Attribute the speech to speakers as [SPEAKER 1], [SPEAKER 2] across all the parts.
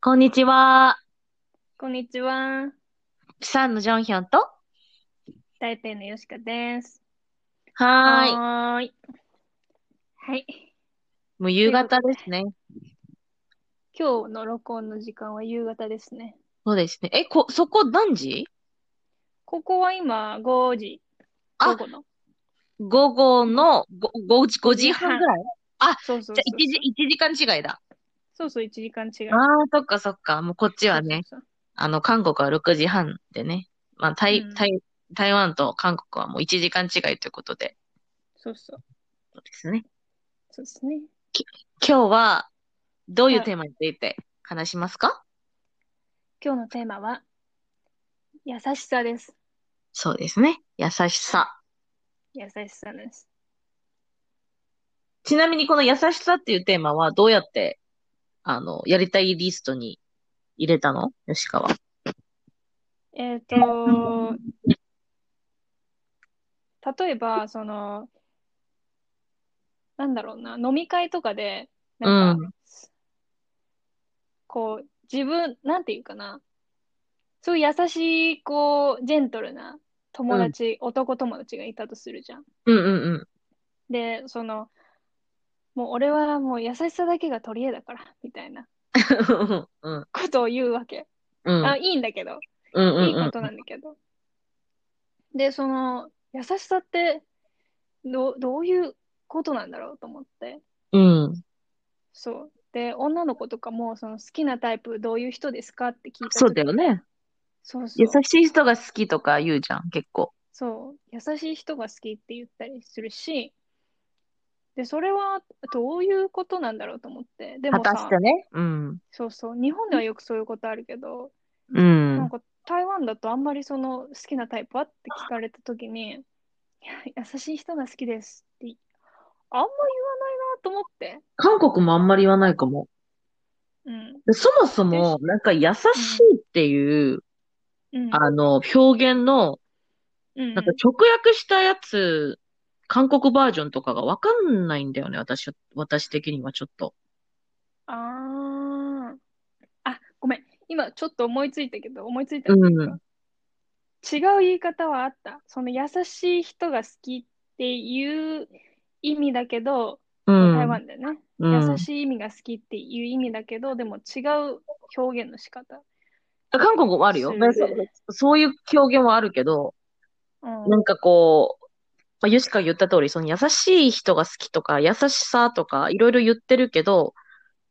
[SPEAKER 1] こんにちは。
[SPEAKER 2] こんにちは。
[SPEAKER 1] ピサンのジョンヒョンと。
[SPEAKER 2] 大抵のよしかです。
[SPEAKER 1] はーい。
[SPEAKER 2] はーい。はい。
[SPEAKER 1] もう夕方ですね。
[SPEAKER 2] 今日の録音の時間は夕方ですね。
[SPEAKER 1] そうですね。え、こ、そこ何時
[SPEAKER 2] ここは今5時。
[SPEAKER 1] あ
[SPEAKER 2] 午後の。
[SPEAKER 1] 午後のご 5, 時5時半ぐらい
[SPEAKER 2] そうそう
[SPEAKER 1] じ
[SPEAKER 2] そ
[SPEAKER 1] ゃあ
[SPEAKER 2] う。
[SPEAKER 1] 1時、一時間違いだ。
[SPEAKER 2] そうそう、1時間違い。
[SPEAKER 1] ああ、そっかそっか。もうこっちはね、
[SPEAKER 2] そうそう
[SPEAKER 1] あの、韓国は6時半でね。まあ、台
[SPEAKER 2] うん、
[SPEAKER 1] 台、台湾と韓国はもう1時間違いということで。
[SPEAKER 2] そう。そうそう。
[SPEAKER 1] そうですね。
[SPEAKER 2] そうですね。
[SPEAKER 1] 今日は、どういう
[SPEAKER 2] はい
[SPEAKER 1] テーマについて話しますか、
[SPEAKER 2] 今日のテーマは、優しさです。
[SPEAKER 1] そうですね。優しさ。
[SPEAKER 2] 優しさです。
[SPEAKER 1] ちなみにこの優しさっていうテーマはどうやって、あの、やりたいリストに入れたの吉川。
[SPEAKER 2] えっ、と、例えば、その、なんだろうな、飲み会とかで、なんか、こう、自分、なんていうかな、そういう優しい、こう、ジェントルな友達、男友達がいたとするじゃん。
[SPEAKER 1] うんうんうん。
[SPEAKER 2] で、その、もう俺はもう優しさだけが取り柄だから、みたいな
[SPEAKER 1] うん
[SPEAKER 2] ことを言うわけ。
[SPEAKER 1] うん。
[SPEAKER 2] あ、いいんだけど。
[SPEAKER 1] うんうん
[SPEAKER 2] いい
[SPEAKER 1] うん
[SPEAKER 2] ことなんだけど。で、その、優しさって、どう、どういうことなんだろうと思って。
[SPEAKER 1] うん。
[SPEAKER 2] そう。で、女の子とかも、その好きなタイプ、どういう人ですかって聞いた
[SPEAKER 1] そうだ
[SPEAKER 2] 時
[SPEAKER 1] よね。
[SPEAKER 2] そうそ
[SPEAKER 1] 優
[SPEAKER 2] う。
[SPEAKER 1] しい人が好きとか言うじゃん、結構。
[SPEAKER 2] そう。優しい人が好きって言ったりするし、で、それはどういうことなんだろうと思って。で
[SPEAKER 1] 果
[SPEAKER 2] も
[SPEAKER 1] た
[SPEAKER 2] さ
[SPEAKER 1] して、ね。うん。
[SPEAKER 2] そうそう。日本ではよくそういうことあるけど、
[SPEAKER 1] う
[SPEAKER 2] なん
[SPEAKER 1] ん。
[SPEAKER 2] か台湾だとあんまりその好きなタイプはって聞かれた時に、いや優しい人が好きですってあんま言わないなと思って。
[SPEAKER 1] 韓国もあんまり言わないかも。
[SPEAKER 2] うん。
[SPEAKER 1] そもそも、なんか優しいっていう、
[SPEAKER 2] うん。
[SPEAKER 1] あの、表現の、
[SPEAKER 2] うん、
[SPEAKER 1] なんか直訳したやつ、韓国バージョンとかがわかんないんだよね、私は、私的にはちょっと。
[SPEAKER 2] あーあ、ごめん。今ちょっと思いついたけど、思いついた
[SPEAKER 1] うん
[SPEAKER 2] けど、違う言い方はあった。その優しい人が好きっていう意味だけど、
[SPEAKER 1] うん。
[SPEAKER 2] 台湾だよね。
[SPEAKER 1] うん
[SPEAKER 2] 優しい意味が好きっていう意味だけど、でも違う表現の仕方。
[SPEAKER 1] 韓国もあるよ。
[SPEAKER 2] す
[SPEAKER 1] だ
[SPEAKER 2] る
[SPEAKER 1] からそそういう表現はあるけど、
[SPEAKER 2] うん
[SPEAKER 1] なんかこう、まあ、ユシカが言った通り、その優しい人が好きとか、優しさとか、いろいろ言ってるけど、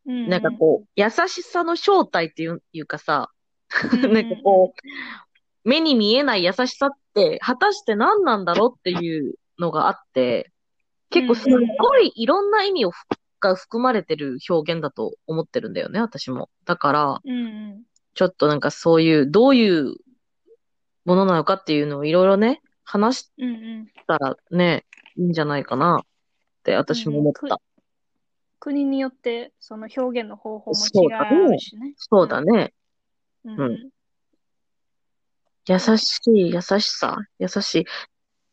[SPEAKER 2] うん
[SPEAKER 1] なんかこう、優しさの正体っていういうかさ、
[SPEAKER 2] うんうんうん
[SPEAKER 1] なんかこう、目に見えない優しさって、果たして何なんだろうっていうのがあって、結構すっごいいろんな意味を含が含まれてる表現だと思ってるんだよね、私も。だから、
[SPEAKER 2] うんうん
[SPEAKER 1] ちょっとなんかそういう、どういうものなのかっていうのをいろいろね、話し
[SPEAKER 2] うんうん
[SPEAKER 1] たらね、いいんじゃないかなって私も思っ
[SPEAKER 2] うん
[SPEAKER 1] た。
[SPEAKER 2] 国によってその表現の方法も
[SPEAKER 1] そうだね
[SPEAKER 2] 違うしね。
[SPEAKER 1] そうだね。
[SPEAKER 2] うん。
[SPEAKER 1] うん優しい、優しさ、優しい。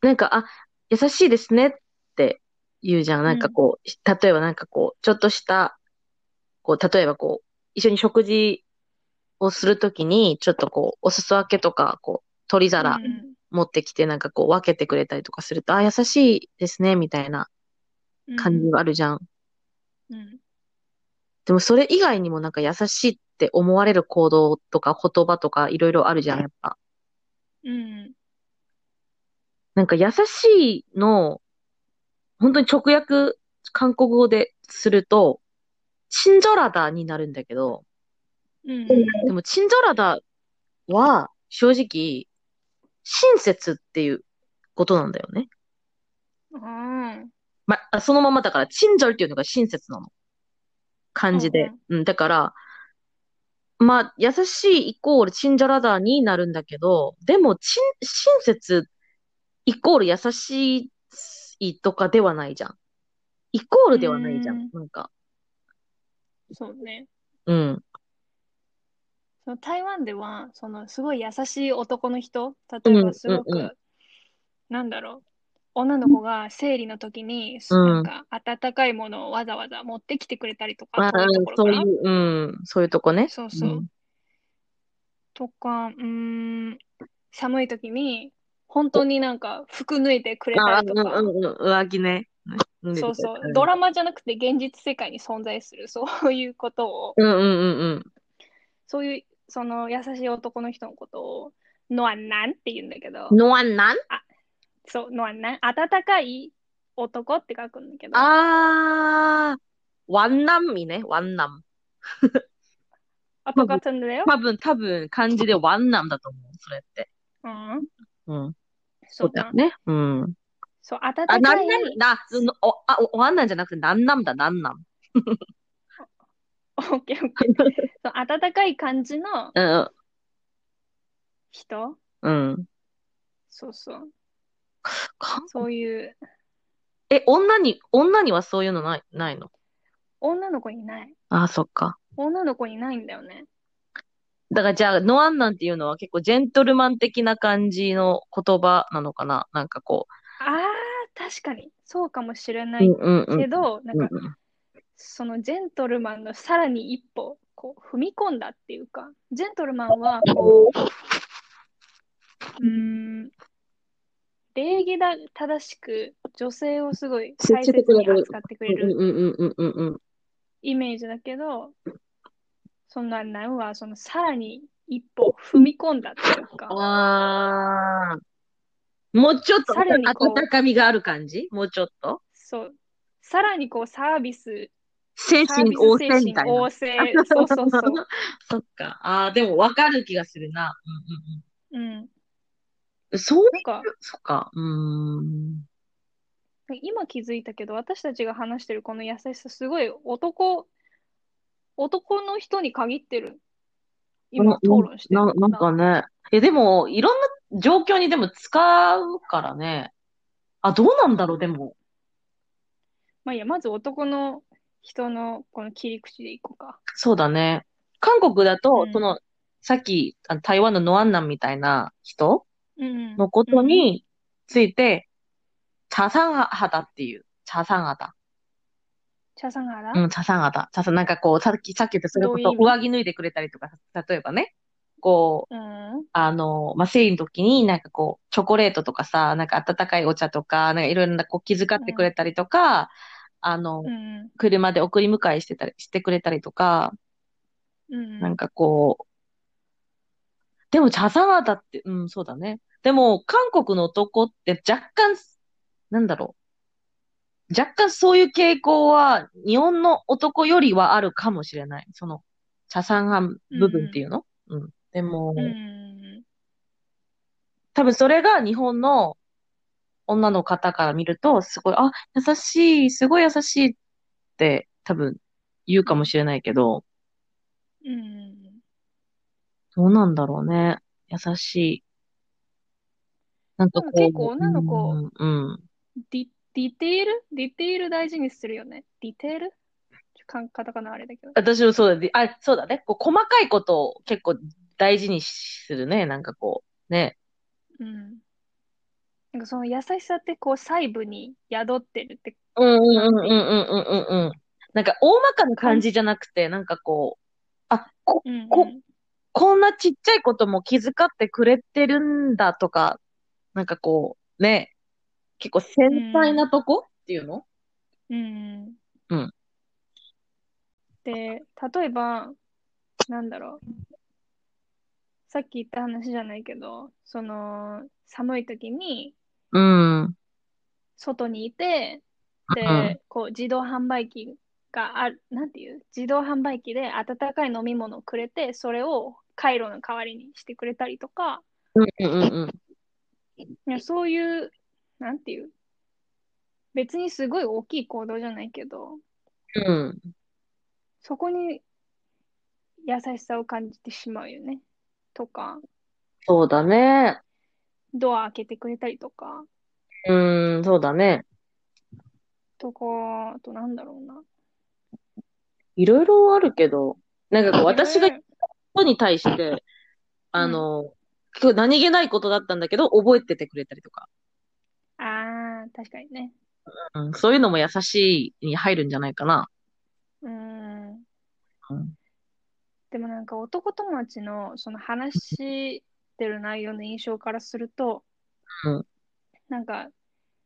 [SPEAKER 1] なんか、あ、優しいですねって言うじゃん。なんかこう、例えばなんかこう、ちょっとした、こう、例えばこう、一緒に食事をするときに、ちょっとこう、お裾分けとか、こう、取り皿
[SPEAKER 2] うんうん
[SPEAKER 1] 持ってきて、なんかこう、分けてくれたりとかすると、あ、優しいですね、みたいな
[SPEAKER 2] うん
[SPEAKER 1] 感じがあるじゃん。
[SPEAKER 2] うん
[SPEAKER 1] でもそれ以外にもなんか優しいって思われる行動とか言葉とかいろいろあるじゃん、やっぱ。
[SPEAKER 2] うん
[SPEAKER 1] なんか優しいの、本当に直訳、韓国語ですると、チンジョラダになるんだけど、
[SPEAKER 2] うん
[SPEAKER 1] でもチンジョラダは正直、親切っていうことなんだよね。
[SPEAKER 2] うん
[SPEAKER 1] ま、あそのままだから、チンジョルっていうのが親切なの。感じで。うん、だから、まあ、優しいイコールチンジョラダーになるんだけど、でも、チン、親切イコール優しいとかではないじゃん。イコールではないじゃ
[SPEAKER 2] うんん。
[SPEAKER 1] なんか、
[SPEAKER 2] そうね。
[SPEAKER 1] うん。
[SPEAKER 2] その台湾ではそのすごい優しい男の人、例え
[SPEAKER 1] うん
[SPEAKER 2] ばすご
[SPEAKER 1] うんう
[SPEAKER 2] くなんだろう、女の子が生理の時に、
[SPEAKER 1] うん
[SPEAKER 2] なんか温かいものをわざわざ持ってきてくれたりと
[SPEAKER 1] ま
[SPEAKER 2] か、
[SPEAKER 1] あ、
[SPEAKER 2] 遠いところ
[SPEAKER 1] そう
[SPEAKER 2] か
[SPEAKER 1] い
[SPEAKER 2] ら
[SPEAKER 1] う、うん、そういうとこね。
[SPEAKER 2] そうそう
[SPEAKER 1] うん
[SPEAKER 2] とか、うーん、寒い時に、本当になんか服脱いでくれ
[SPEAKER 1] あ、
[SPEAKER 2] た
[SPEAKER 1] う
[SPEAKER 2] りとか、
[SPEAKER 1] んうんうん、上着ね。
[SPEAKER 2] そうそう、
[SPEAKER 1] ん
[SPEAKER 2] ドラマじゃなくて現実世界に存在する、そういうことを、
[SPEAKER 1] うんうんうんうん。
[SPEAKER 2] そういう、その優しい男の人のことを、ノアナンって言うんだけど、
[SPEAKER 1] のはなん
[SPEAKER 2] そう、ノアナン、温かい男って書くんだけど、
[SPEAKER 1] あー、ワンナンミね、ワンナン。
[SPEAKER 2] あ、とかつんだよ。
[SPEAKER 1] 多分、多分、漢字でワンナンだと思う、それって。
[SPEAKER 2] うん、
[SPEAKER 1] うん。そ
[SPEAKER 2] そ
[SPEAKER 1] ううだ
[SPEAKER 2] か
[SPEAKER 1] よ。ね。うん。
[SPEAKER 2] そう、温
[SPEAKER 1] あ、な
[SPEAKER 2] か
[SPEAKER 1] ん
[SPEAKER 2] い、
[SPEAKER 1] なんな、のお、あ、お、ワンナンじゃなくて、なんなんだ、なんなん。
[SPEAKER 2] オッケーオッケー。そう、温かい感じの
[SPEAKER 1] うん
[SPEAKER 2] 人、
[SPEAKER 1] うん。うん。
[SPEAKER 2] そうそう、
[SPEAKER 1] か
[SPEAKER 2] そういう、
[SPEAKER 1] え、女に、女にはそういうのない、ないの
[SPEAKER 2] 女の子にない。
[SPEAKER 1] あ、そっか。
[SPEAKER 2] 女の子にないんだよね。
[SPEAKER 1] だからじゃあ、ノアンなんていうのは結構ジェントルマン的な感じの言葉なのかななんかこ
[SPEAKER 2] ああ、確かに、そうかもしれな
[SPEAKER 1] う。う
[SPEAKER 2] い
[SPEAKER 1] んうんうん。
[SPEAKER 2] けど、なん
[SPEAKER 1] うん
[SPEAKER 2] か、
[SPEAKER 1] うん
[SPEAKER 2] そのジェントルマンのさらに一歩、こう、踏み込んだっていうか、ジェントルマンは、こう、うーん、礼儀だ、正しく、女性をすごい大切に扱ってくれ
[SPEAKER 1] う
[SPEAKER 2] る
[SPEAKER 1] んうんうんうんうんうん。
[SPEAKER 2] イメージだけど、そんななんは、その、さらに一歩踏み込んだっていうか、
[SPEAKER 1] ああ。もうちょっと
[SPEAKER 2] さらにこう
[SPEAKER 1] 温かみがある感じもうちょっと
[SPEAKER 2] そう、さらにこう、サービス、
[SPEAKER 1] 精
[SPEAKER 2] サー
[SPEAKER 1] 神
[SPEAKER 2] ビス
[SPEAKER 1] 旺
[SPEAKER 2] 精
[SPEAKER 1] 盛み
[SPEAKER 2] 神
[SPEAKER 1] たいな。
[SPEAKER 2] 旺盛、そうそうそう。
[SPEAKER 1] そっか。ああ、でも分かる気がするな。うんうん
[SPEAKER 2] うん。
[SPEAKER 1] うん。そう
[SPEAKER 2] なんか、
[SPEAKER 1] そっか。うーん。
[SPEAKER 2] 今気づいたけど、私たちが話してるこの優しさ、すごい男、男の人に限ってる。今、討論してる
[SPEAKER 1] な
[SPEAKER 2] の
[SPEAKER 1] な。なんかね。え、でも、いろんな状況にでも使うからね。あ、どうなんだろう、でも。
[SPEAKER 2] まあいいや、まず男の人のこの切り口でいこうか。
[SPEAKER 1] そうだね。韓国だと、
[SPEAKER 2] うん
[SPEAKER 1] その、さっき、あの台湾のノアンナンみたいな人
[SPEAKER 2] うん。
[SPEAKER 1] のことについて、茶産肌っていう。茶産肌。
[SPEAKER 2] チャサンハラ
[SPEAKER 1] うん、茶産肌。茶産、なんかこう、さっき、さっき言ったそれこ
[SPEAKER 2] どう
[SPEAKER 1] そ
[SPEAKER 2] いう意
[SPEAKER 1] 上着脱いでくれたりとか、例えばね。こう、
[SPEAKER 2] うん。
[SPEAKER 1] あの、まあ、生理の時になんかこう、チョコレートとかさ、なんか温かいお茶とか、なんかいろいろなこう気遣ってくれたりとか、あの
[SPEAKER 2] う、ん。
[SPEAKER 1] 車で送り迎えしてたり、してくれたりとか、
[SPEAKER 2] うん。
[SPEAKER 1] なんかこう、でも茶沢だって、うん、そうだね。でも、韓国の男って若干、なんだろう。若干そういう傾向は、日本の男よりはあるかもしれない。その、茶産派部分っていうの、うん、でも、
[SPEAKER 2] うん。
[SPEAKER 1] 多分それが日本の女の方から見ると、すごい、あ、優しい、すごい優しいって多分言うかもしれないけど、
[SPEAKER 2] うん。
[SPEAKER 1] どうなんだろうね。優しい。なんかこう。
[SPEAKER 2] でも結構女の子
[SPEAKER 1] うん、うん。
[SPEAKER 2] ディ、ディテールディテール大事にするよね。ディテールちょかんカタカナあれだけど。
[SPEAKER 1] 私もそうだね。あ、そうだね。こう細かいことを結構大事にするね。なんかこう。ね。
[SPEAKER 2] うん。なんかその優しさってこう細部に宿ってるって
[SPEAKER 1] うんうんうんうんうんうんうん。なんか大まかな感じじゃなくて、なんかこう、あ、こ
[SPEAKER 2] うんうん
[SPEAKER 1] ここんなちっちゃいことも気遣ってくれてるんだとか、なんかこう、ね、結構繊細なとこ、っていうの
[SPEAKER 2] うん
[SPEAKER 1] うん
[SPEAKER 2] で、例えば、なんだろう。さっき言った話じゃないけど、その、寒い時に、
[SPEAKER 1] うん。うん
[SPEAKER 2] 外にいて、
[SPEAKER 1] うん
[SPEAKER 2] で、こう、自動販売機がある、なんていう、自動販売機で温かい飲み物をくれて、それをカイロの代わりにしてくれたりとか、
[SPEAKER 1] うんうん。
[SPEAKER 2] いやそういう、なんていう、別にすごい大きい行動じゃないけど、
[SPEAKER 1] うん。
[SPEAKER 2] そこに優しさを感じてしまうよね。とか、
[SPEAKER 1] そうだね。
[SPEAKER 2] ドア開けてくれたりとか、
[SPEAKER 1] うん、そうだね。
[SPEAKER 2] とか、あとなんだろうな。
[SPEAKER 1] いろいろあるけど、なんかこう、私が人に対して、あの、結構何気ないことだったんだけど、覚えててくれたりとか。
[SPEAKER 2] あああ、確かにね。
[SPEAKER 1] うん、そういうのも優しいに入るんじゃないかな。
[SPEAKER 2] うー
[SPEAKER 1] う
[SPEAKER 2] ん。
[SPEAKER 1] ん
[SPEAKER 2] でもなんか男友達のその話してる内容の印象からすると、
[SPEAKER 1] うん
[SPEAKER 2] なんか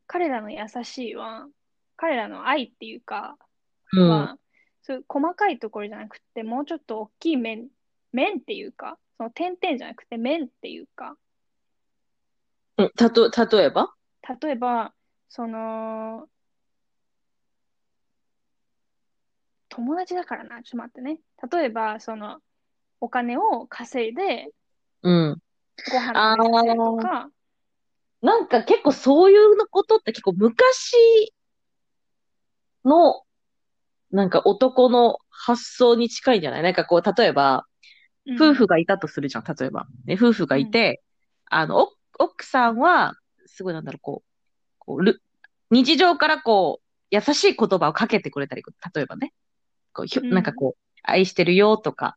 [SPEAKER 2] 彼らの優しいは、彼らの愛っていうか、
[SPEAKER 1] うん。
[SPEAKER 2] は、そういう細かいところじゃなくて、もうちょっと大きい面、面っていうか、その点々じゃなくて面っていうか、
[SPEAKER 1] うんたと、例えば
[SPEAKER 2] 例えば、その、友達だからな、ちょっと待ってね。例えば、その、お金を稼いで、
[SPEAKER 1] うん。
[SPEAKER 2] ご飯食べさせるとか、
[SPEAKER 1] なんか結構そういうのことって結構昔の、なんか男の発想に近いんじゃないなんかこう、例えば、
[SPEAKER 2] うん
[SPEAKER 1] 夫婦がいたとするじゃん、例えば。ね、夫婦がいて、あの、お奥さんは、すごいなんだろう、こう、こうる日常からこう、優しい言葉をかけてくれたり、例えばね、こうひょ
[SPEAKER 2] うん
[SPEAKER 1] なんかこう、愛してるよとか、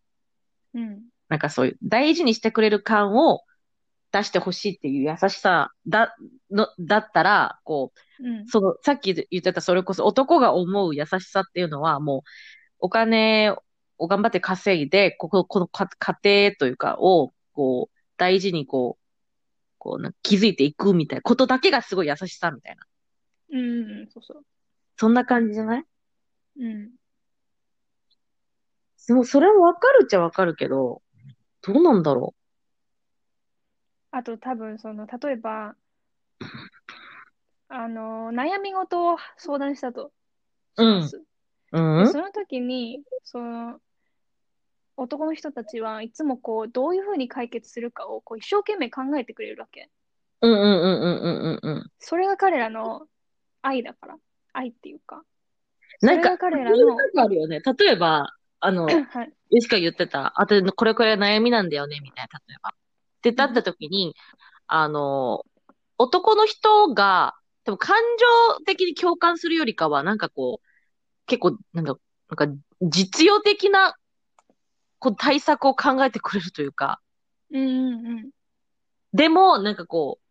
[SPEAKER 2] うん、
[SPEAKER 1] なんかそういう、大事にしてくれる感を出してほしいっていう優しさだ、の、だったら、こ
[SPEAKER 2] うん
[SPEAKER 1] う、、その、さっき言ってた、それこそ男が思う優しさっていうのは、もう、お金を頑張って稼いで、ここ、このか家庭というかを、こう、大事にこう、こう、なんか気づいていくみたいなことだけがすごい優しさみたいな。
[SPEAKER 2] うん、うん、そうそう。
[SPEAKER 1] そんな感じじゃない
[SPEAKER 2] うん、
[SPEAKER 1] でも、それもわかるっちゃわかるけど、どうなんだろ
[SPEAKER 2] あと多分その例えばあの悩み事を相談したとします。
[SPEAKER 1] う。
[SPEAKER 2] で
[SPEAKER 1] うん
[SPEAKER 2] その時にその男の人たちはいつもこうどういうふうに解決するかをこう一生懸命考えてくれるわけ。
[SPEAKER 1] うんうんうんうんうんうんうん。
[SPEAKER 2] それが彼らの愛だから愛っていうか。そ
[SPEAKER 1] な
[SPEAKER 2] れ
[SPEAKER 1] んか、
[SPEAKER 2] が彼ら
[SPEAKER 1] いろいろ
[SPEAKER 2] の
[SPEAKER 1] なんかあるよね。例えば、あの、
[SPEAKER 2] はい。
[SPEAKER 1] ヨシカ言ってた、あと、これこれ悩みなんだよね、みたいな、例えば。ってなった時に、あの、男の人が、多分感情的に共感するよりかは、なんかこう、結構、なんか、なんか、実用的な、こう、対策を考えてくれるというか、
[SPEAKER 2] うんうんうん。
[SPEAKER 1] でも、なんかこう、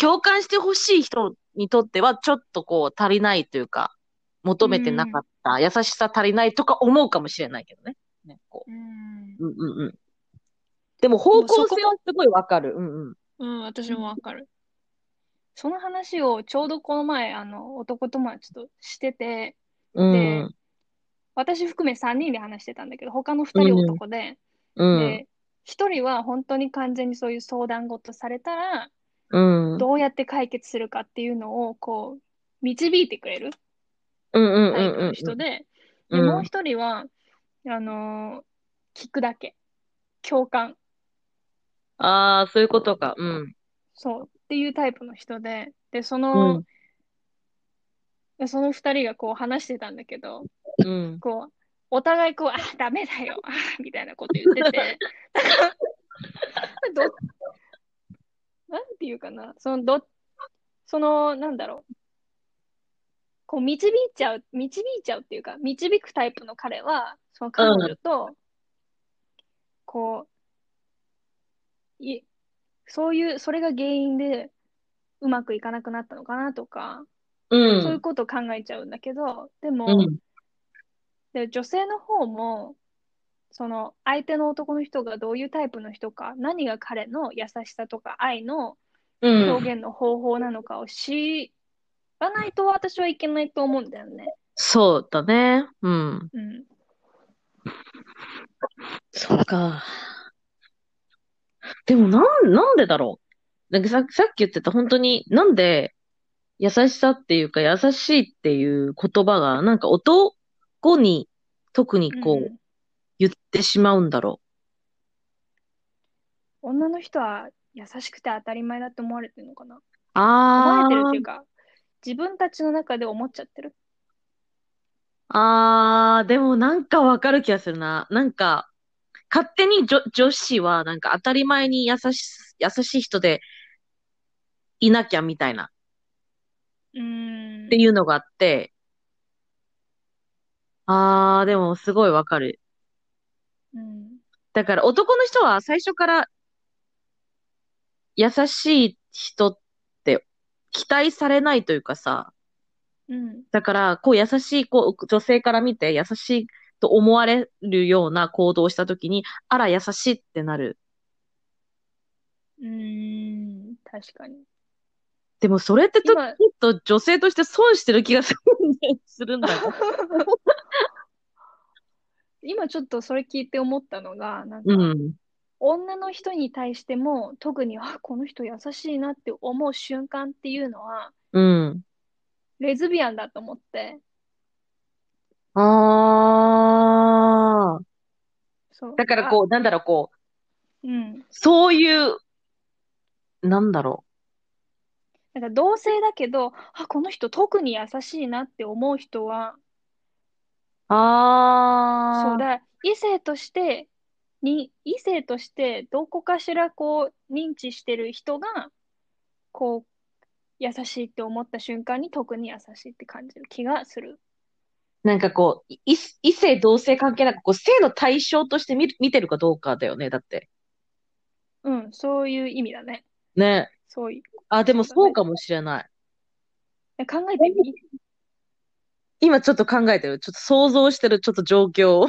[SPEAKER 1] 共感してほしい人にとっては、ちょっとこう、足りないというか、求めてなかった、優しさ足りないとか思うかもしれないけどね。ねこ
[SPEAKER 2] うん
[SPEAKER 1] ううんうんうん。でも方向性はすごいわかる。うんうん。
[SPEAKER 2] うん、私もわかる。その話をちょうどこの前、あの、男友達としてて、
[SPEAKER 1] うん
[SPEAKER 2] 私含め3人で話してたんだけど、他の2人男で、
[SPEAKER 1] うん。
[SPEAKER 2] で、1人は本当に完全にそういう相談事されたら、
[SPEAKER 1] うん。
[SPEAKER 2] どうやって解決するかっていうのを、こう、導いてくれる
[SPEAKER 1] うんうん
[SPEAKER 2] タイプ
[SPEAKER 1] うんう
[SPEAKER 2] の
[SPEAKER 1] ん。
[SPEAKER 2] 人で、
[SPEAKER 1] う
[SPEAKER 2] で、
[SPEAKER 1] ん
[SPEAKER 2] もう1人は、あのー聞くだけ。共感。
[SPEAKER 1] ああ、そういうことか。うん。
[SPEAKER 2] そう。っていうタイプの人で、で、そうの
[SPEAKER 1] ん。、
[SPEAKER 2] その2人がこう話してたんだけど、
[SPEAKER 1] うん。
[SPEAKER 2] こう、お互いこう、あ、ダメだよ、あ、みたいなこと言っ てて、ど、なんていうかな、その、ど、その、なんだろう、こう、導いちゃう、導いちゃうっていうか、導くタイプの彼は、その彼女と、こう、い、そういう、それが原因で、うまくいかなくなったのかなとか、
[SPEAKER 1] う。
[SPEAKER 2] そういうんことを考えちゃうんだけど、でも、
[SPEAKER 1] うん。
[SPEAKER 2] で、女性の方も、その相手の男の人がどういうタイプの人か、何が彼の優しさとか愛の
[SPEAKER 1] うん。
[SPEAKER 2] 表現の方法なのかを知らないと私はいけないと思うんだよね。
[SPEAKER 1] そうだね。うん。
[SPEAKER 2] うん。
[SPEAKER 1] そうか。でもなん、なんでだろう。なんかさ、さっき言ってた本当に、なんで優しさっていうか優しいっていう言葉が、なんか男に特にこ
[SPEAKER 2] う
[SPEAKER 1] うん言ってしまうんだろ
[SPEAKER 2] 女の人は優しくて当たり前だって思われてるのかな。
[SPEAKER 1] う。
[SPEAKER 2] 思わ
[SPEAKER 1] あ
[SPEAKER 2] れてるっ
[SPEAKER 1] あ
[SPEAKER 2] ていうか、自分たちの中で思っちゃってる。
[SPEAKER 1] あー、でもなんかわかる気がするな。なんか、勝手に女、女子はなんか当たり前に優し、優しい人でいなきゃみたいな
[SPEAKER 2] うーん
[SPEAKER 1] って。いうのがあって、あー、でもすごいわかる。
[SPEAKER 2] うん。
[SPEAKER 1] だから男の人は最初から優しい人って期待されないというかさ、
[SPEAKER 2] うん。
[SPEAKER 1] だから、こう優しい、こう、女性から見て優しいと思われるような行動をしたときに、あら、優しいってなる。
[SPEAKER 2] うーん。確かに。
[SPEAKER 1] でも、それってちょ
[SPEAKER 2] 今
[SPEAKER 1] ちょっと女性として損してる気がするんだよするんだよ。
[SPEAKER 2] 今ちょっとそれ聞いて思ったのが、なんか、
[SPEAKER 1] うん。
[SPEAKER 2] 女の人に対しても、特に、あ、この人優しいなって思う瞬間っていうのは、
[SPEAKER 1] うん。
[SPEAKER 2] レズビアンだと思って、
[SPEAKER 1] ああ。
[SPEAKER 2] そう。
[SPEAKER 1] だからこう、なんだろう、こう、
[SPEAKER 2] う。うん。
[SPEAKER 1] そういう、なんだろ
[SPEAKER 2] なんか同性だけど、あ、この人特に優しいなって思う人は、
[SPEAKER 1] う。あ
[SPEAKER 2] そう
[SPEAKER 1] あ。
[SPEAKER 2] だ、異性として、に、異性として、どこかしらこう、認知してる人が、こう、優しいって思った瞬間に特に優しいって感じる気がする。
[SPEAKER 1] なんかこう、い異異性同性関係なく、こう、性の対象として見る、見てるかどうかだよね、だって。
[SPEAKER 2] うん、そういう意味だね。
[SPEAKER 1] ね。
[SPEAKER 2] そういう。
[SPEAKER 1] あ、でもそうかもしれない。
[SPEAKER 2] え考えてみ。
[SPEAKER 1] 今ちょっと考えてる。ちょっと想像してる、ちょっと状況 を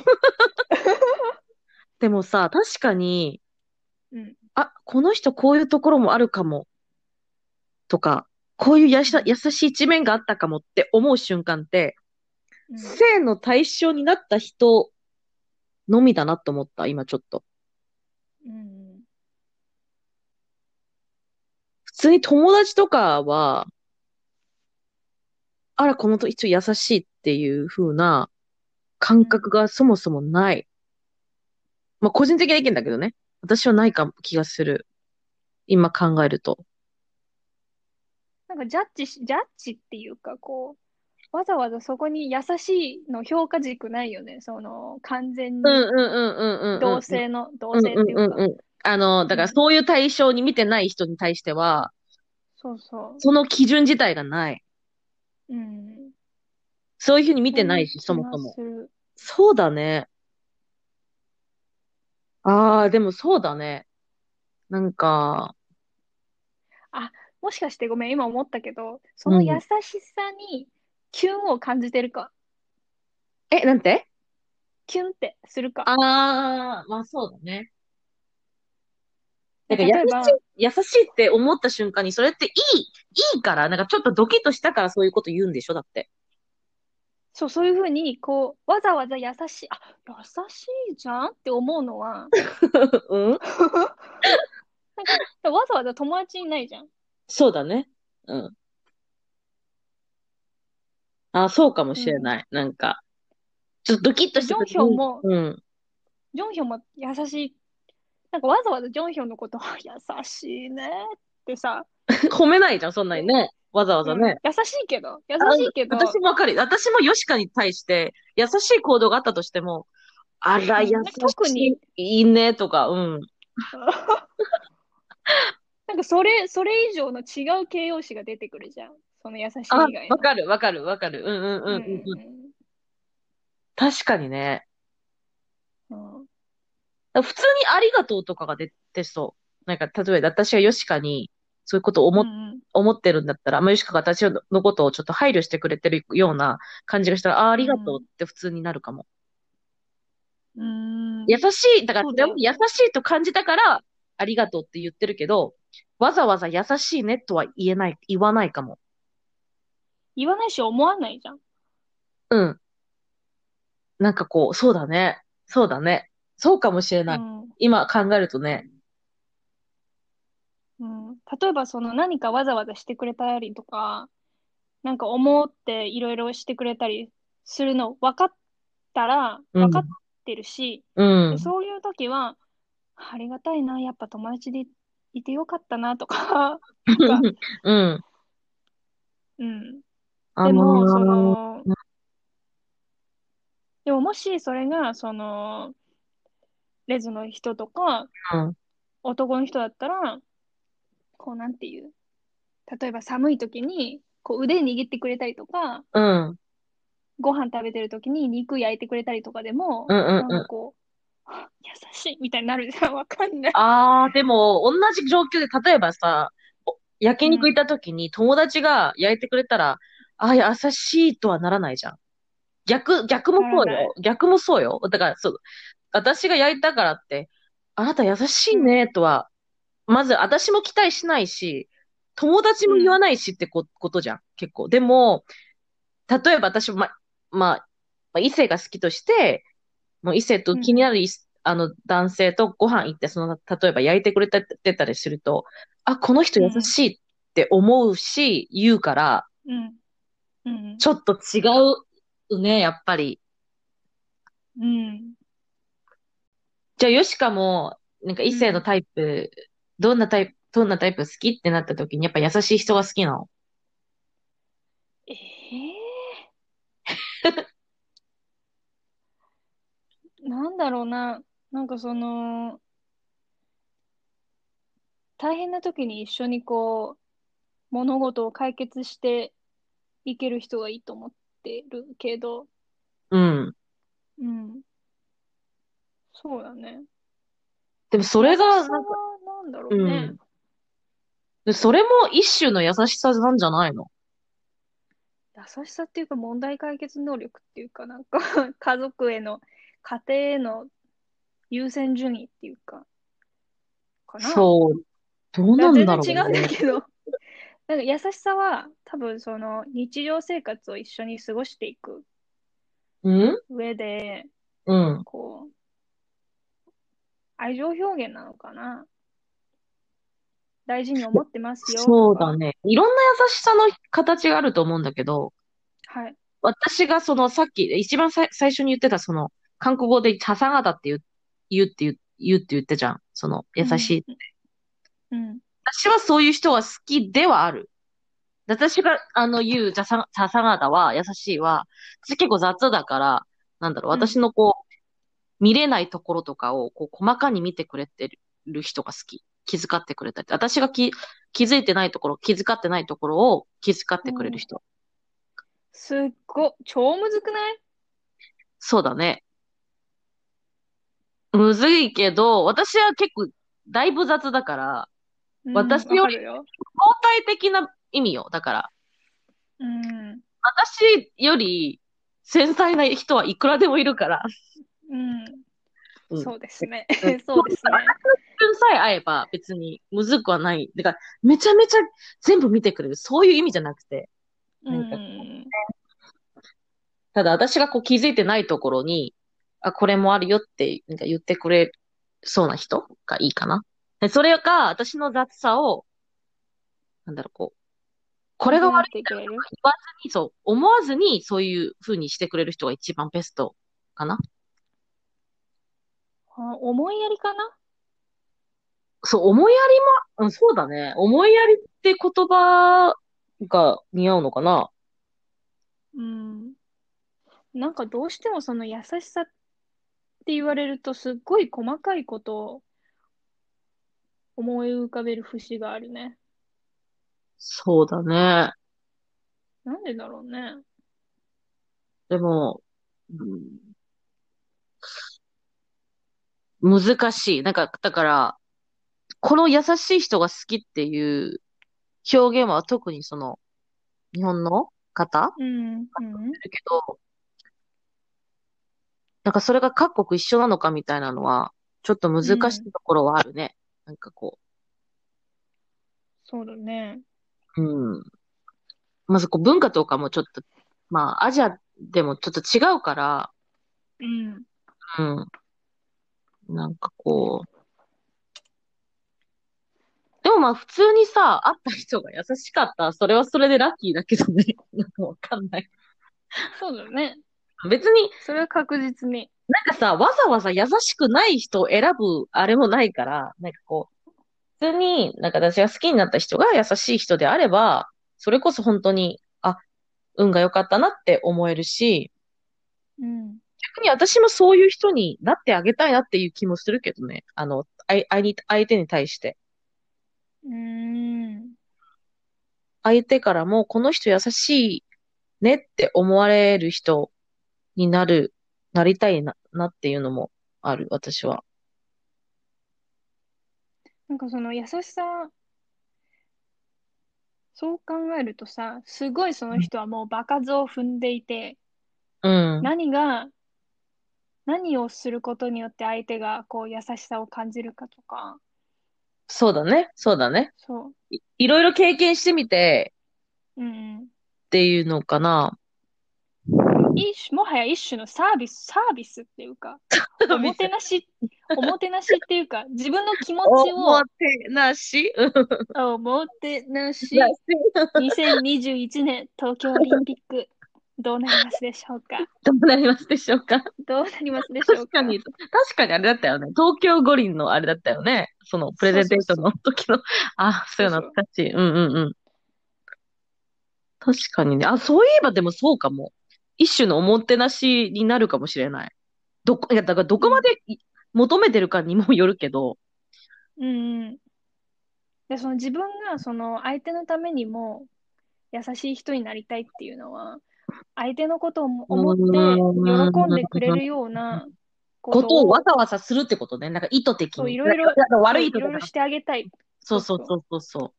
[SPEAKER 1] でもさ、確かに、
[SPEAKER 2] うん。
[SPEAKER 1] あ、この人こういうところもあるかも。とか、こういうやし優しい一面があったかもって思う瞬間って、
[SPEAKER 2] うん
[SPEAKER 1] 性の対象になった人のみだなと思った、今ちょっと。
[SPEAKER 2] うん。
[SPEAKER 1] 普通に友達とかは、あら、この人優しいっていう風な感覚がそもそもない。まあ、個人的な意見だけどね。私はないかも気がする。今考えると。
[SPEAKER 2] なんかジャッジし、ジャッジっていうか、こう、わざわざそこに優しいの評価軸ないよね。その、完
[SPEAKER 1] う
[SPEAKER 2] 全に
[SPEAKER 1] んうんうんうんうんうん。
[SPEAKER 2] 同性の、同
[SPEAKER 1] うん
[SPEAKER 2] 性っていううん
[SPEAKER 1] うん
[SPEAKER 2] か、
[SPEAKER 1] うん。あの、だから
[SPEAKER 2] うん
[SPEAKER 1] そういう対象に見てない人に対しては、
[SPEAKER 2] そうそ
[SPEAKER 1] その基準自体がない。
[SPEAKER 2] う。うん。
[SPEAKER 1] そういうふうに見てないし、
[SPEAKER 2] そ
[SPEAKER 1] そ
[SPEAKER 2] ん
[SPEAKER 1] も
[SPEAKER 2] な
[SPEAKER 1] そ
[SPEAKER 2] 気
[SPEAKER 1] も
[SPEAKER 2] が。する。
[SPEAKER 1] そうだね。ああ、でもそうだね。なんか、
[SPEAKER 2] もしかしてごめん、今思ったけど、そうの
[SPEAKER 1] ん
[SPEAKER 2] 優しさにキュンを感じてるか、
[SPEAKER 1] え、なんて
[SPEAKER 2] キュンってするか。
[SPEAKER 1] ああ、まあそうだね。なんか
[SPEAKER 2] 例
[SPEAKER 1] 優
[SPEAKER 2] えば、
[SPEAKER 1] しい、優しいって思った瞬間に、それっていい、いいから、なんかちょっとドキッとしたからそういうこと言うんでしょだって。
[SPEAKER 2] そう、そういうふうに、こう、わざわざ優しい、あ、優しいじゃんって思う のは、
[SPEAKER 1] うん
[SPEAKER 2] なんか、わざわざ友達いないじゃん。
[SPEAKER 1] そうだね。うん。あ、そうかもしれない。なんか、ちょっとドキッとした時
[SPEAKER 2] ジョンヒョン
[SPEAKER 1] に、
[SPEAKER 2] も
[SPEAKER 1] うん。
[SPEAKER 2] ジョンヒョンも優しい。なんかわざわざジョンヒョンのこと、あ優しいねってさ、
[SPEAKER 1] 褒めないじゃん、そんなにね。わざわざね。
[SPEAKER 2] 優しいけど、優しいけど、
[SPEAKER 1] 私もわかる。私もヨシカに対して優しい行動があったとしても、あら、
[SPEAKER 2] うん
[SPEAKER 1] 優し
[SPEAKER 2] 特
[SPEAKER 1] い
[SPEAKER 2] に、
[SPEAKER 1] いいね、とか、うん。
[SPEAKER 2] なんかそれ、それ以上の違う形容詞が出てくるじゃん。その優しい以
[SPEAKER 1] あ、
[SPEAKER 2] 外の
[SPEAKER 1] わ。かる、わかる、わかる。うんうんうんうんうん。確かにね。
[SPEAKER 2] うんうん
[SPEAKER 1] 普通にありがとうとかが出てそう。なんか、例えば私がヨシカに、そういうことを思っ
[SPEAKER 2] うん
[SPEAKER 1] 思ってるんだったら、まあ、よしかが私のことをちょっと配慮してくれてるような感じがしたら、ああ、ありがとうって普通になるかも。
[SPEAKER 2] うん。うーん
[SPEAKER 1] 優しい、だから、
[SPEAKER 2] そう
[SPEAKER 1] で
[SPEAKER 2] だ
[SPEAKER 1] も
[SPEAKER 2] よ
[SPEAKER 1] 優しいと感じたから、ありがとうって言ってるけど、わざわざ優しいねとは言えない、言わないかも。
[SPEAKER 2] 言わないし思わないじゃん。
[SPEAKER 1] うん。なんかこう、そうだね。そうだね。そうかもしれない。
[SPEAKER 2] う
[SPEAKER 1] 今考えるとね。
[SPEAKER 2] んうん、例えばその何かわざわざしてくれたりとか、なんか思っていろいろしてくれたりするの分かったら、
[SPEAKER 1] うん
[SPEAKER 2] 分かってるし、
[SPEAKER 1] うん
[SPEAKER 2] で。そういう時は、ありがたいな、やっぱ友達でいてよかったなと か、なんか
[SPEAKER 1] うん。
[SPEAKER 2] うん。
[SPEAKER 1] あ
[SPEAKER 2] でも、そ
[SPEAKER 1] のー
[SPEAKER 2] の、でももしそれが、その、レズの人とか
[SPEAKER 1] うん、
[SPEAKER 2] 男の人だったら、こうなんていう、例えば寒い時に、こう腕握ってくれたりとか、
[SPEAKER 1] うん。
[SPEAKER 2] ご飯食べてる時に肉焼いてくれたりとかでも、
[SPEAKER 1] うんうんうん
[SPEAKER 2] なんかこう、あ優 しいみたいになるじゃん、わかんない。
[SPEAKER 1] ああ、でも、同じ状況で、例えばさ、お焼肉行った時に友達が焼いてくれたら、あ、優しいとはならないじゃん。逆、逆もそう
[SPEAKER 2] ならない
[SPEAKER 1] よ。逆もそうよ。だから、そう。私が焼いたからって、あなた優しいね、とは、まず私も期待しないし、友達も言わないしってこことじゃん。結構。でも、例えば私も、ま、まあ、まあ、異性が好きとして、もう異性と気になるい、あの男性とご飯行って、その、例えば焼いてくれたってたりすると、あ、この人優しいって思うし、言うから、
[SPEAKER 2] うん。うん。
[SPEAKER 1] ちょっと違うね、やっぱり。
[SPEAKER 2] うん。
[SPEAKER 1] じゃあ、ヨシカも、なんか異性のタイプ、どんなタイプ、どんなタイプ好きってなった時に、やっぱ優しい人が好きなの。
[SPEAKER 2] ええー なんだろうな。なんかその、大変な時に一緒にこう、物事を解決していける人がいいと思ってるけど、
[SPEAKER 1] うん。
[SPEAKER 2] うん。そうだね。
[SPEAKER 1] でもそれが、
[SPEAKER 2] 優しさはなんだろうね。
[SPEAKER 1] でそれも一種の優しさなんじゃないの
[SPEAKER 2] 優しさっていうか問題解決能力っていうかなんか 家族への家庭への優先順位っていうかかな
[SPEAKER 1] そう。どうな
[SPEAKER 2] だから
[SPEAKER 1] んだろう
[SPEAKER 2] 全然違うんだ
[SPEAKER 1] ね。
[SPEAKER 2] けど なんか優しさは多分その日常生活を一緒に過ごしていく
[SPEAKER 1] うん
[SPEAKER 2] 上で
[SPEAKER 1] うん。
[SPEAKER 2] こう愛情表現なのかな大事に思ってますよ
[SPEAKER 1] そう
[SPEAKER 2] とか
[SPEAKER 1] だね。いろんな優しさの形があると思うんだけど、
[SPEAKER 2] はい
[SPEAKER 1] 私がそのさっき、一番さい最初に言ってたその、韓国語でささがだって言う、言うって言う、言うって言ったじゃん。その、優しい。
[SPEAKER 2] うん
[SPEAKER 1] 私はそういう人が好きではある。私が、あの、言う、ささ、ささがだは、優しいは、私結構雑だから、なんだろう、
[SPEAKER 2] うん
[SPEAKER 1] 私のこう、見れないところとかを、こう、細かに見てくれてる人が好き。気遣ってくれたり。私がき、気づいてないところ、気遣ってないところを気遣ってくれる人。
[SPEAKER 2] すっご超むずくない
[SPEAKER 1] そうだね。むずいけど、私は結構、だいぶ雑だから、
[SPEAKER 2] うん
[SPEAKER 1] 私より
[SPEAKER 2] わかるよ
[SPEAKER 1] 相対的な意味よ。だから、
[SPEAKER 2] うん
[SPEAKER 1] 私より繊細な人はいくらでもいるから、う
[SPEAKER 2] うんん、そうですね
[SPEAKER 1] うん。
[SPEAKER 2] そうです
[SPEAKER 1] 自
[SPEAKER 2] ね。
[SPEAKER 1] 分さえ会えば別にむずくはない。だから、めちゃめちゃ全部見てくれる。そういう意味じゃなくて。
[SPEAKER 2] う
[SPEAKER 1] なんか
[SPEAKER 2] ん、
[SPEAKER 1] ただ、私がこう気づいてないところに、あ、これもあるよってなんか言ってくれそうな人がいいかな。でそれが、私の雑さを、なんだろう、こう、これが悪い
[SPEAKER 2] い。くれる
[SPEAKER 1] そう、思わずにそういう風にしてくれる人が一番ベストかな。
[SPEAKER 2] あ思いやりかな
[SPEAKER 1] そう、思いやりも、うん、そうだね。思いやりって言葉が似合うのかな。
[SPEAKER 2] うん。なんかどうしてもその優しさって言われるとすっごい細かいことを思い浮かべる節があるね。
[SPEAKER 1] そうだね。
[SPEAKER 2] なんでだろうね。
[SPEAKER 1] でも、うん、難しい。なんか、だから、この優しい人が好きっていう表現は特にその、日本の方
[SPEAKER 2] うん。うん。
[SPEAKER 1] だけど、なんかそれが各国一緒なのかみたいなのは、ちょっと難しいところはあるね。なんかこう。
[SPEAKER 2] そうだね。
[SPEAKER 1] うん。まずこう文化とかもちょっと、まあアジアでもちょっと違うから、
[SPEAKER 2] うん。
[SPEAKER 1] うん。なんかこう。でもまあ普通にさ、会った人が優しかったら、それはそれでラッキーだけどね。 なんかわかんない。
[SPEAKER 2] そうだね。
[SPEAKER 1] 別に、
[SPEAKER 2] それは確実に。
[SPEAKER 1] なんかさ、わざわざ優しくない人を選ぶあれもないから、なんかこう、普通に、なんか私が好きになった人が優しい人であれば、それこそ本当に、あ、運が良かったなって思えるし、
[SPEAKER 2] うん。
[SPEAKER 1] 逆に私もそういう人になってあげたいなっていう気もするけどね。あの、あい、あいに、相手に対して。
[SPEAKER 2] うん。
[SPEAKER 1] 相手からも、この人優しいねって思われる人になる、なりたいな、なっていうのもある、私は。
[SPEAKER 2] なんかその優しさそう考えるとさ、すごいその人はもう場数を踏んでいて、
[SPEAKER 1] うん。
[SPEAKER 2] 何が、何をすることによって相手がこう優しさを感じるかとか、
[SPEAKER 1] そうだね。そうだね。
[SPEAKER 2] そ
[SPEAKER 1] いろいろ経験してみて
[SPEAKER 2] う、うん
[SPEAKER 1] っていうのかな。
[SPEAKER 2] うん。一種、もはや一種のサービス、サービスっていうか、おもてなし、おもてなしっていうか、自分の気持ち
[SPEAKER 1] お
[SPEAKER 2] を
[SPEAKER 1] もてなしうん
[SPEAKER 2] おもてなし、
[SPEAKER 1] なし
[SPEAKER 2] 2021年東京オリンピック、どうなりますでしょうか
[SPEAKER 1] どうなりますでしょうか
[SPEAKER 2] どうなりますでしょう
[SPEAKER 1] 確かに、確かにあれだったよね。東京五輪のあれだったよね。そのプレゼンテーションの時の。あ、そういうの懐かしい。うんうんうん。確かにね。あ、そういえばでもそうかも。一種のおもてなしになるかもしれない。どこ、いや、だからどこまでい求めてるかにもよるけど。
[SPEAKER 2] うんうん。で、その自分がその相手のためにも優しい人になりたいっていうのは、相手のことをも思って喜んでくれるようなこ
[SPEAKER 1] こととを
[SPEAKER 2] を、
[SPEAKER 1] わざわざするってことね。なんか意図的
[SPEAKER 2] そう
[SPEAKER 1] に。
[SPEAKER 2] いろいろ
[SPEAKER 1] なんか悪い
[SPEAKER 2] い
[SPEAKER 1] 意図じ
[SPEAKER 2] ろ
[SPEAKER 1] ゃ
[SPEAKER 2] い
[SPEAKER 1] な
[SPEAKER 2] ろ
[SPEAKER 1] く
[SPEAKER 2] してあげたいって
[SPEAKER 1] そうそうそうそうそう。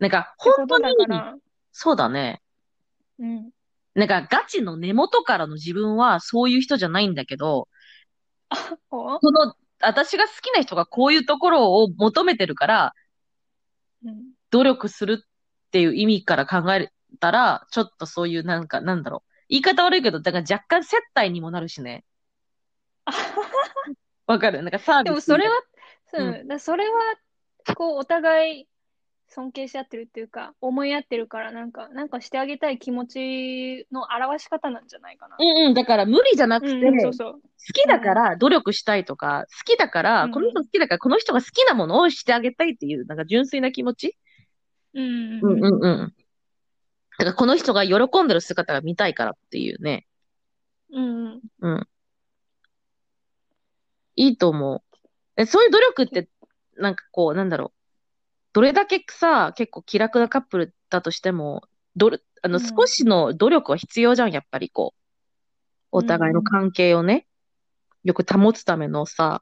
[SPEAKER 1] なんか、
[SPEAKER 2] こ
[SPEAKER 1] 本当
[SPEAKER 2] と
[SPEAKER 1] に
[SPEAKER 2] だ、から、
[SPEAKER 1] そうだね。
[SPEAKER 2] うん。
[SPEAKER 1] なんか、ガチの根元からの自分はそういう人じゃないんだけど、
[SPEAKER 2] お
[SPEAKER 1] この、私が好きな人がこういうところを求めてるから、
[SPEAKER 2] うん。
[SPEAKER 1] 努力するっていう意味から考えたら、ちょっとそういう、なんか、なんだろう。言い方悪いけど、だから若干接待にもなるしね。わかるなんかサービス。
[SPEAKER 2] でもそれは、そう
[SPEAKER 1] うん
[SPEAKER 2] だからそれは、こう、お互い尊敬し合ってるっていうか、思い合ってるから、なんか、なんかしてあげたい気持ちの表し方なんじゃないかな。
[SPEAKER 1] うんうん、だから無理じゃなく
[SPEAKER 2] う
[SPEAKER 1] て、
[SPEAKER 2] んうん、そうそう。
[SPEAKER 1] 好きだから努力したいとか、好きだから、
[SPEAKER 2] うん
[SPEAKER 1] この人好きだから、この人が好きなものをしてあげたいっていう、なんか純粋な気持ち
[SPEAKER 2] う
[SPEAKER 1] う
[SPEAKER 2] んうんん
[SPEAKER 1] う
[SPEAKER 2] うん。
[SPEAKER 1] んうん。だからこの人が喜んでる姿が見たいからっていうね。
[SPEAKER 2] うんうん。
[SPEAKER 1] うん。いいと思う。え、そういう努力って、なんかこう、なんだろう。どれだけさ、結構気楽なカップルだとしても、どれ、あの、
[SPEAKER 2] うん
[SPEAKER 1] 少しの努力は必要じゃん、やっぱりこう。お互いの関係をね、よく保つためのさ、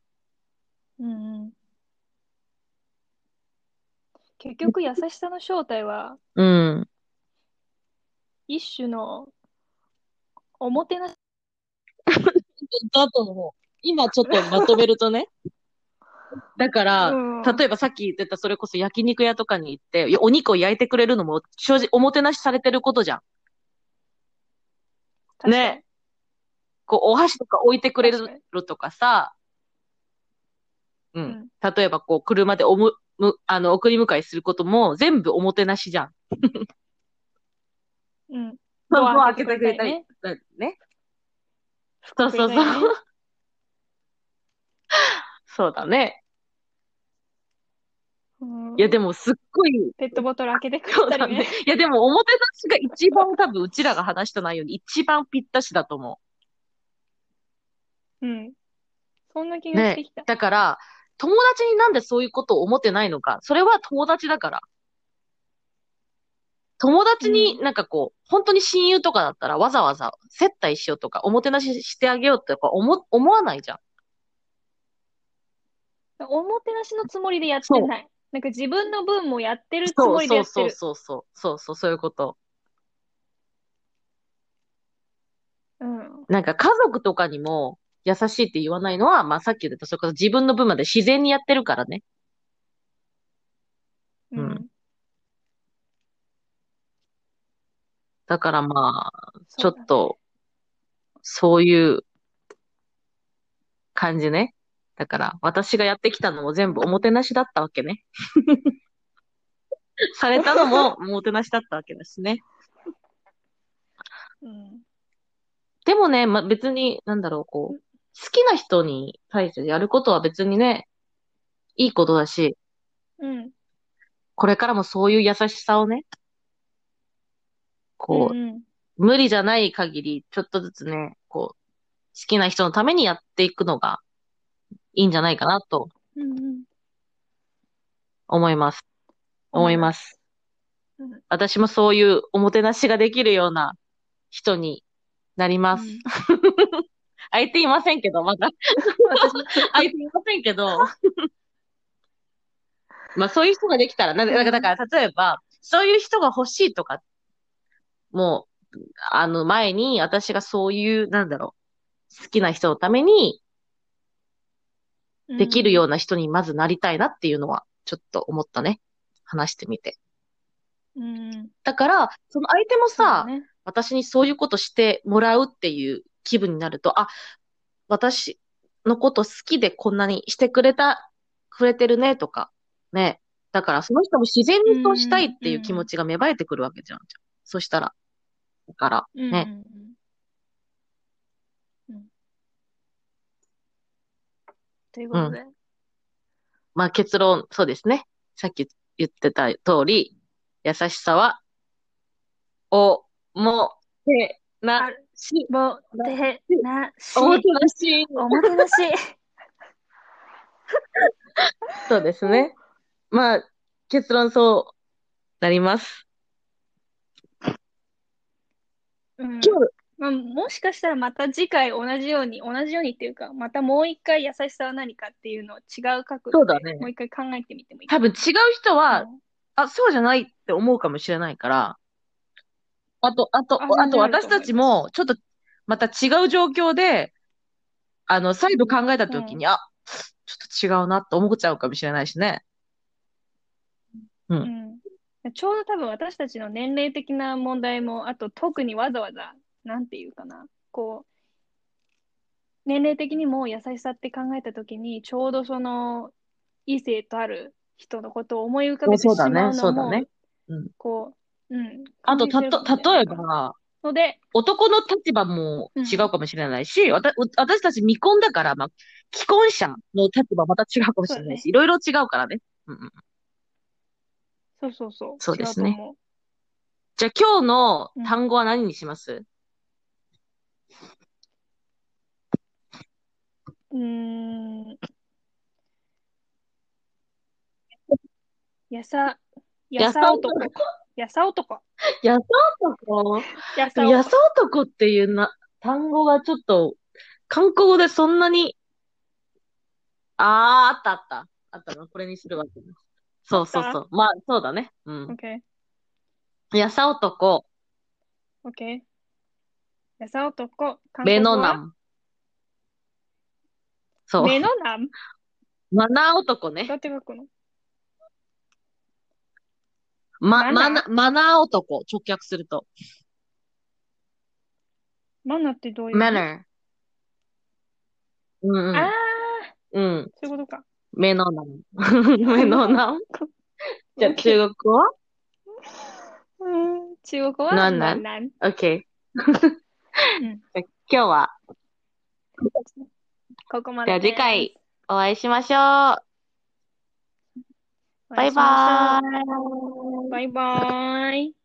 [SPEAKER 2] うんうん結局、優しさの正体は、
[SPEAKER 1] うん。
[SPEAKER 2] 一種の、おもてなし、
[SPEAKER 1] だと思う。今ちょっとまとめると ね。だから、
[SPEAKER 2] うん
[SPEAKER 1] 例えばさっき言ってたそれこそ焼肉屋とかに行って、いやお肉を焼いてくれるのも正直おもてなしされてることじゃん。
[SPEAKER 2] 確かに
[SPEAKER 1] ねこう、お箸とか置いてくれ
[SPEAKER 2] 確
[SPEAKER 1] るとかさ、うん。
[SPEAKER 2] うん
[SPEAKER 1] 例えばこう、車でおむ、む、あの、送り迎えすることも全部おもてなしじゃん。
[SPEAKER 2] うん。
[SPEAKER 1] ド
[SPEAKER 2] ド
[SPEAKER 1] ア
[SPEAKER 2] ア
[SPEAKER 1] 開けてくれたり
[SPEAKER 2] ね。
[SPEAKER 1] だね。そうそうそ
[SPEAKER 2] くれたりね
[SPEAKER 1] う。そうだね。
[SPEAKER 2] うん
[SPEAKER 1] いや、でもすっごい、
[SPEAKER 2] ペットボトル開けてくれ
[SPEAKER 1] そう
[SPEAKER 2] た
[SPEAKER 1] だ
[SPEAKER 2] り
[SPEAKER 1] ね
[SPEAKER 2] ね。。
[SPEAKER 1] いや、でも、おもてなしが一番多分、うちらが話した内容に一番ぴったしだと思
[SPEAKER 2] うん。そんな気
[SPEAKER 1] う。
[SPEAKER 2] が
[SPEAKER 1] ね
[SPEAKER 2] してきた。
[SPEAKER 1] だから、友達になんでそういうことを思ってないのか。それは友達だから。友達になんかこう、本当に親友とかだったらわざわざ接待しようとか、おもてなししてあげようとか思、思わないじゃん。
[SPEAKER 2] おもてなしのつもりでやってない。なんか自分の分もやってるつ
[SPEAKER 1] そ
[SPEAKER 2] も
[SPEAKER 1] う
[SPEAKER 2] りで
[SPEAKER 1] そ
[SPEAKER 2] や
[SPEAKER 1] う
[SPEAKER 2] って
[SPEAKER 1] そうそう
[SPEAKER 2] る。
[SPEAKER 1] そう。そうそう、そういうこと。
[SPEAKER 2] うん。
[SPEAKER 1] なんか家族とかにも優しいって言わないのは、まあさっき言った、それこそ自分の分まで自然にやってるからね。
[SPEAKER 2] う。
[SPEAKER 1] うんだからまあ、ちょ
[SPEAKER 2] そうだ
[SPEAKER 1] っと、そういう感じね。だから、私がやってきたのも全部おもてなしだったわけ ね。されたのもおもてなしだったわけですね。
[SPEAKER 2] うん。
[SPEAKER 1] でもね、まあ、別に、なんだろう、こう、好きな人に対してやることは別にね、いいことだし、
[SPEAKER 2] うん。
[SPEAKER 1] これからもそういう優しさをね、こう、
[SPEAKER 2] うん
[SPEAKER 1] 無理じゃない限り、ちょっとずつね、こう、好きな人のためにやっていくのがいいんじゃないかなと
[SPEAKER 2] うん。うん
[SPEAKER 1] 思います。思います。
[SPEAKER 2] うん
[SPEAKER 1] 私もそういうおもてなしができるような人になります。
[SPEAKER 2] うん
[SPEAKER 1] 相手いませんけど、まだ。
[SPEAKER 2] 私も
[SPEAKER 1] 相手いません けど。まあそういう人ができたら、なんか、だからだから例えば、そういう人が欲しいとか、もう、あの前に私がそういう、なんだろう、好きな人のためにできるような人にまずなりたいなっていうのは、ちょっと思ったね。話してみて。
[SPEAKER 2] うん。うん。
[SPEAKER 1] だから、その相手も
[SPEAKER 2] そう
[SPEAKER 1] さ、
[SPEAKER 2] ね。
[SPEAKER 1] 私にそういうことしてもらうっていう気分になると、あ、私のこと好きでこんなにしてくれた、くれてるねとか、ね。だからその人も自然にそうしたいっていう気持ちが芽生えてくるわけじゃん。そしたら。だから、
[SPEAKER 2] うんうん
[SPEAKER 1] ね。
[SPEAKER 2] うん。うん。ということで、
[SPEAKER 1] まあ結論、そうですね。さっき言ってた通り、優しさは、お、も、て、な、し、
[SPEAKER 2] もてなし、
[SPEAKER 1] おもてなし。
[SPEAKER 2] おもて なし。
[SPEAKER 1] そうですね。まあ、結論そうなります。
[SPEAKER 2] う
[SPEAKER 1] 今
[SPEAKER 2] ん
[SPEAKER 1] 日、
[SPEAKER 2] まあ、もしかしたらまた次回同じように、同じようにっていうか、またもう一回優しさは何かっていうのを違う
[SPEAKER 1] そ
[SPEAKER 2] 角度
[SPEAKER 1] うだ
[SPEAKER 2] で
[SPEAKER 1] ね
[SPEAKER 2] もう一回考えてみてもいい
[SPEAKER 1] 多分違う人は、
[SPEAKER 2] うん
[SPEAKER 1] あ、そうじゃないって思うかもしれないから、あと、あと、
[SPEAKER 2] あ
[SPEAKER 1] あ
[SPEAKER 2] 全然
[SPEAKER 1] と
[SPEAKER 2] あると思います
[SPEAKER 1] 私たちも、ちょっと、また違う状況で、あの、再度考えた時に、あ、ちょっと違うなって思っちゃうかもしれないしね。
[SPEAKER 2] うん、ちょうど多分私たちの年齢的な問題も、あと特にわざわざ、なんていうかな、こう、年齢的にも優しさって考えたときに、ちょうどその異性とある人のことを思い浮かべてし
[SPEAKER 1] そうだ
[SPEAKER 2] まう
[SPEAKER 1] ね、
[SPEAKER 2] の
[SPEAKER 1] そうだ
[SPEAKER 2] も、
[SPEAKER 1] ね。
[SPEAKER 2] こう、うん、
[SPEAKER 1] あと、
[SPEAKER 2] 関
[SPEAKER 1] た
[SPEAKER 2] 係してるかもしれ
[SPEAKER 1] と、
[SPEAKER 2] な
[SPEAKER 1] 例え
[SPEAKER 2] いから。
[SPEAKER 1] ば、
[SPEAKER 2] ので、
[SPEAKER 1] 男の立場も違うかもしれないし、わた私たち未婚だから、まあ、既婚者の立場また違うかもしれないし、いろいろ違うからね。うんうん、
[SPEAKER 2] そうそうそう、
[SPEAKER 1] そうですね
[SPEAKER 2] 違うと思う
[SPEAKER 1] じゃあ今日の単語は何にします、
[SPEAKER 2] うーん。やさ、や
[SPEAKER 1] や
[SPEAKER 2] さ
[SPEAKER 1] さ
[SPEAKER 2] 男。やさ男。
[SPEAKER 1] やさ男
[SPEAKER 2] や
[SPEAKER 1] で
[SPEAKER 2] さ
[SPEAKER 1] も
[SPEAKER 2] 男
[SPEAKER 1] やさ男っていうな単語がちょっと、韓国語でそんなに、あー、あったあった。あったのこれにするわけねそうそうそう。まあ、そうだね。う
[SPEAKER 2] オッ
[SPEAKER 1] ん。
[SPEAKER 2] ケー、
[SPEAKER 1] やさ男、
[SPEAKER 2] オッケー。やさ男。韓
[SPEAKER 1] 目
[SPEAKER 2] 国語
[SPEAKER 1] の
[SPEAKER 2] は
[SPEAKER 1] 男。そう。
[SPEAKER 2] 目のなん
[SPEAKER 1] マナー男ね
[SPEAKER 2] ど。うやって書くの
[SPEAKER 1] ま、マ
[SPEAKER 2] マナ
[SPEAKER 1] ナ
[SPEAKER 2] ー、
[SPEAKER 1] マナー男、直訳すると。
[SPEAKER 2] マナってどういう
[SPEAKER 1] マナー。う
[SPEAKER 2] ああ
[SPEAKER 1] んうん。うん。
[SPEAKER 2] そういうことか。
[SPEAKER 1] 目の 名。目の名。じゃあ
[SPEAKER 2] OK
[SPEAKER 1] 中国語は
[SPEAKER 2] うーん中国語は
[SPEAKER 1] なんなん
[SPEAKER 2] マナン
[SPEAKER 1] ?OK。
[SPEAKER 2] うん
[SPEAKER 1] 今日は
[SPEAKER 2] ここま
[SPEAKER 1] じゃあ
[SPEAKER 2] で
[SPEAKER 1] 次回お会いしましょう。バ
[SPEAKER 2] です。お会い
[SPEAKER 1] イ
[SPEAKER 2] しましょ
[SPEAKER 1] バ
[SPEAKER 2] う
[SPEAKER 1] ーイ。
[SPEAKER 2] バイバーイ。